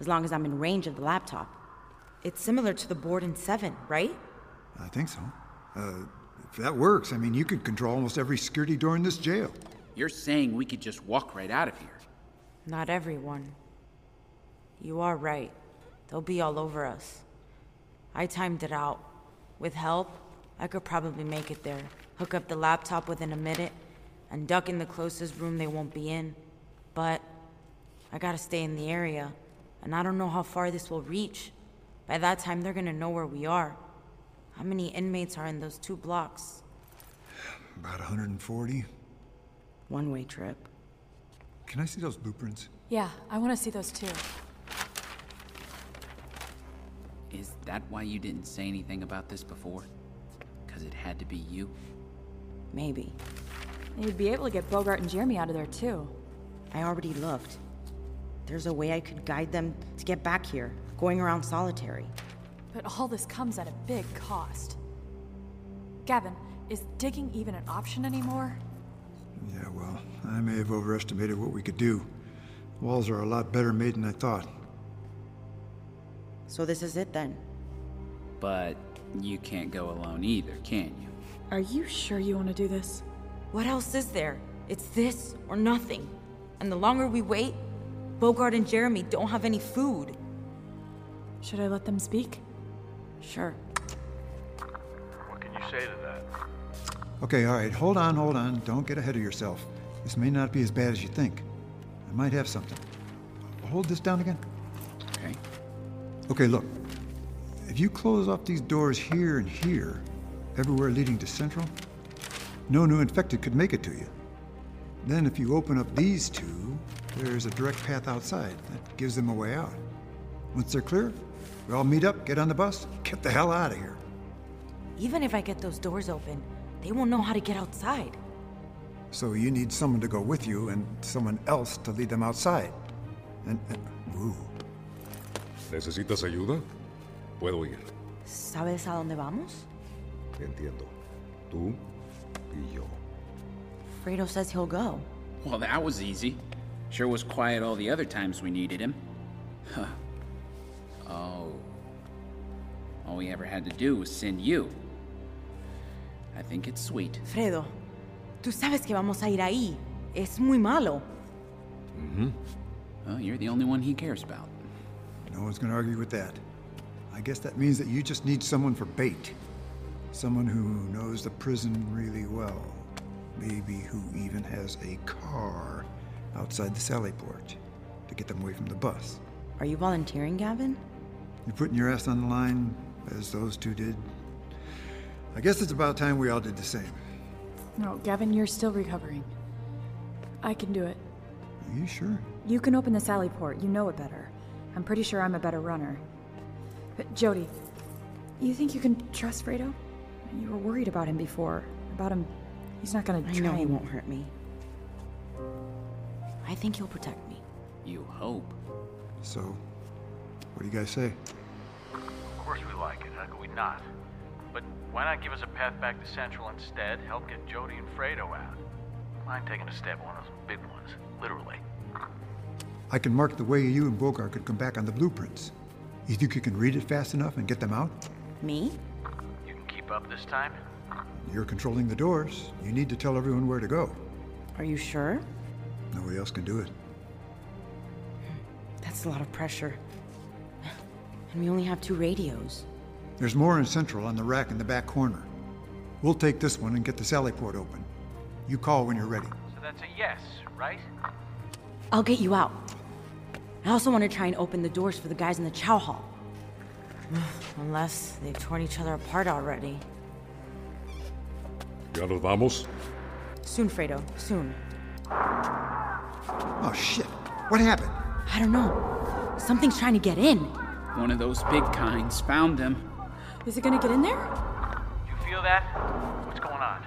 Speaker 6: as long as I'm in range of the laptop. It's similar to the board in 7, right?
Speaker 7: I think so. Uh, if that works, I mean, you could control almost every security door in this jail.
Speaker 4: You're saying we could just walk right out of here.
Speaker 13: Not everyone. You are right. They'll be all over us. I timed it out. With help, I could probably make it there. Hook up the laptop within a minute and duck in the closest room they won't be in. But I gotta stay in the area, and I don't know how far this will reach. By that time, they're gonna know where we are. How many inmates are in those two blocks?
Speaker 7: About 140.
Speaker 13: One way trip.
Speaker 7: Can I see those blueprints?
Speaker 5: Yeah, I want to see those too.
Speaker 4: Is that why you didn't say anything about this before? Because it had to be you?
Speaker 13: Maybe.
Speaker 5: You'd be able to get Bogart and Jeremy out of there too.
Speaker 6: I already looked. There's a way I could guide them to get back here, going around solitary.
Speaker 5: But all this comes at a big cost. Gavin, is digging even an option anymore?
Speaker 7: Yeah, well, I may have overestimated what we could do. Walls are a lot better made than I thought.
Speaker 6: So this is it then.
Speaker 4: But you can't go alone either, can you?
Speaker 5: Are you sure you want to do this?
Speaker 13: What else is there? It's this or nothing. And the longer we wait, Bogart and Jeremy don't have any food.
Speaker 5: Should I let them speak?
Speaker 13: Sure.
Speaker 15: What can you say to that?
Speaker 7: Okay, all right, hold on, hold on. Don't get ahead of yourself. This may not be as bad as you think. I might have something. Hold this down again.
Speaker 4: Okay.
Speaker 7: Okay, look. If you close off these doors here and here, everywhere leading to Central, no new infected could make it to you. Then, if you open up these two, there's a direct path outside. That gives them a way out. Once they're clear, we all meet up, get on the bus, get the hell out of here.
Speaker 13: Even if I get those doors open, they won't know how to get outside.
Speaker 7: So you need someone to go with you and someone else to lead them outside. And, and ooh.
Speaker 16: ¿Necesitas ayuda? Puedo ir.
Speaker 6: ¿Sabes a dónde vamos?
Speaker 16: Entiendo. Tú y yo.
Speaker 6: Fredo says he'll go.
Speaker 4: Well, that was easy. Sure was quiet all the other times we needed him. Huh. Oh. All we ever had to do was send you. I think it's sweet.
Speaker 6: Fredo, tú sabes que vamos a ir ahí. Es muy malo.
Speaker 4: Mm-hmm. Well, you're the only one he cares about.
Speaker 7: No one's going to argue with that. I guess that means that you just need someone for bait. Someone who knows the prison really well. Maybe who even has a car outside the sally port to get them away from the bus.
Speaker 6: Are you volunteering, Gavin?
Speaker 7: You're putting your ass on the line, as those two did. I guess it's about time we all did the same.
Speaker 5: No, Gavin, you're still recovering. I can do it.
Speaker 7: Are you sure?
Speaker 5: You can open the sally port. You know it better. I'm pretty sure I'm a better runner. But Jody, you think you can trust Fredo? You were worried about him before. About him. He's not gonna.
Speaker 6: I
Speaker 5: try
Speaker 6: know he
Speaker 5: and-
Speaker 6: won't hurt me. I think he'll protect me.
Speaker 4: You hope.
Speaker 7: So, what do you guys say?
Speaker 15: Of course we like it. How could we not? But why not give us a path back to Central instead? Help get Jody and Fredo out. Mind taking a step one of those big ones, literally.
Speaker 7: I can mark the way you and Bogart could come back on the blueprints. You think you can read it fast enough and get them out?
Speaker 6: Me?
Speaker 15: You can keep up this time.
Speaker 7: You're controlling the doors. You need to tell everyone where to go.
Speaker 6: Are you sure?
Speaker 7: Nobody else can do it.
Speaker 6: That's a lot of pressure. And we only have two radios.
Speaker 7: There's more in Central on the rack in the back corner. We'll take this one and get the sally port open. You call when you're ready.
Speaker 15: So that's a yes, right?
Speaker 6: I'll get you out. I also want to try and open the doors for the guys in the chow hall.
Speaker 13: Unless they've torn each other apart already.
Speaker 16: ¿Ya nos vamos?
Speaker 6: Soon, Fredo. Soon.
Speaker 7: Oh, shit. What happened?
Speaker 6: I don't know. Something's trying to get in.
Speaker 4: One of those big kinds found them.
Speaker 5: Is it gonna get in there?
Speaker 15: You feel that? What's going on?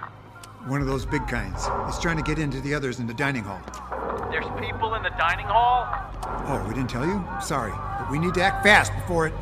Speaker 7: One of those big kinds. It's trying to get into the others in the dining hall.
Speaker 15: There's people in the dining hall?
Speaker 7: Oh, we didn't tell you? Sorry. But we need to act fast before it.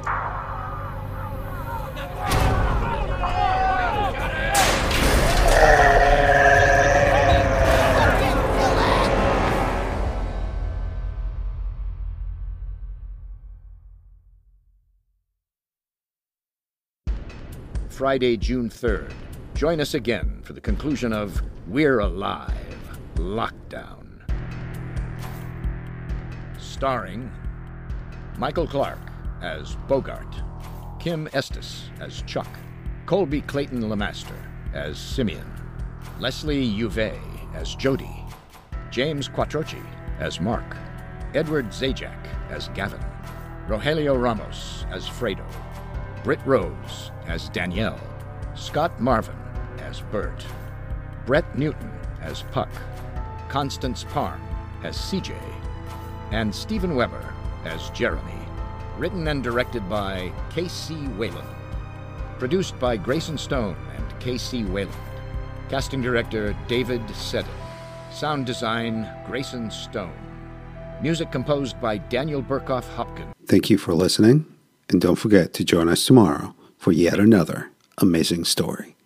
Speaker 2: Friday, June 3rd. Join us again for the conclusion of We're Alive Lockdown. Starring Michael Clark as Bogart, Kim Estes as Chuck, Colby Clayton Lamaster as Simeon, Leslie Uve as Jody, James Quattrochi as Mark, Edward Zajac as Gavin, Rogelio Ramos as Fredo, Britt Rose as Danielle, Scott Marvin as Bert, Brett Newton as Puck, Constance Parm as CJ, and Stephen Weber as Jeremy. Written and directed by K.C. Whalen. Produced by Grayson Stone and K.C. Whalen. Casting director David Seddon. Sound design Grayson Stone. Music composed by Daniel Burkoff Hopkins.
Speaker 1: Thank you for listening, and don't forget to join us tomorrow for yet another amazing story.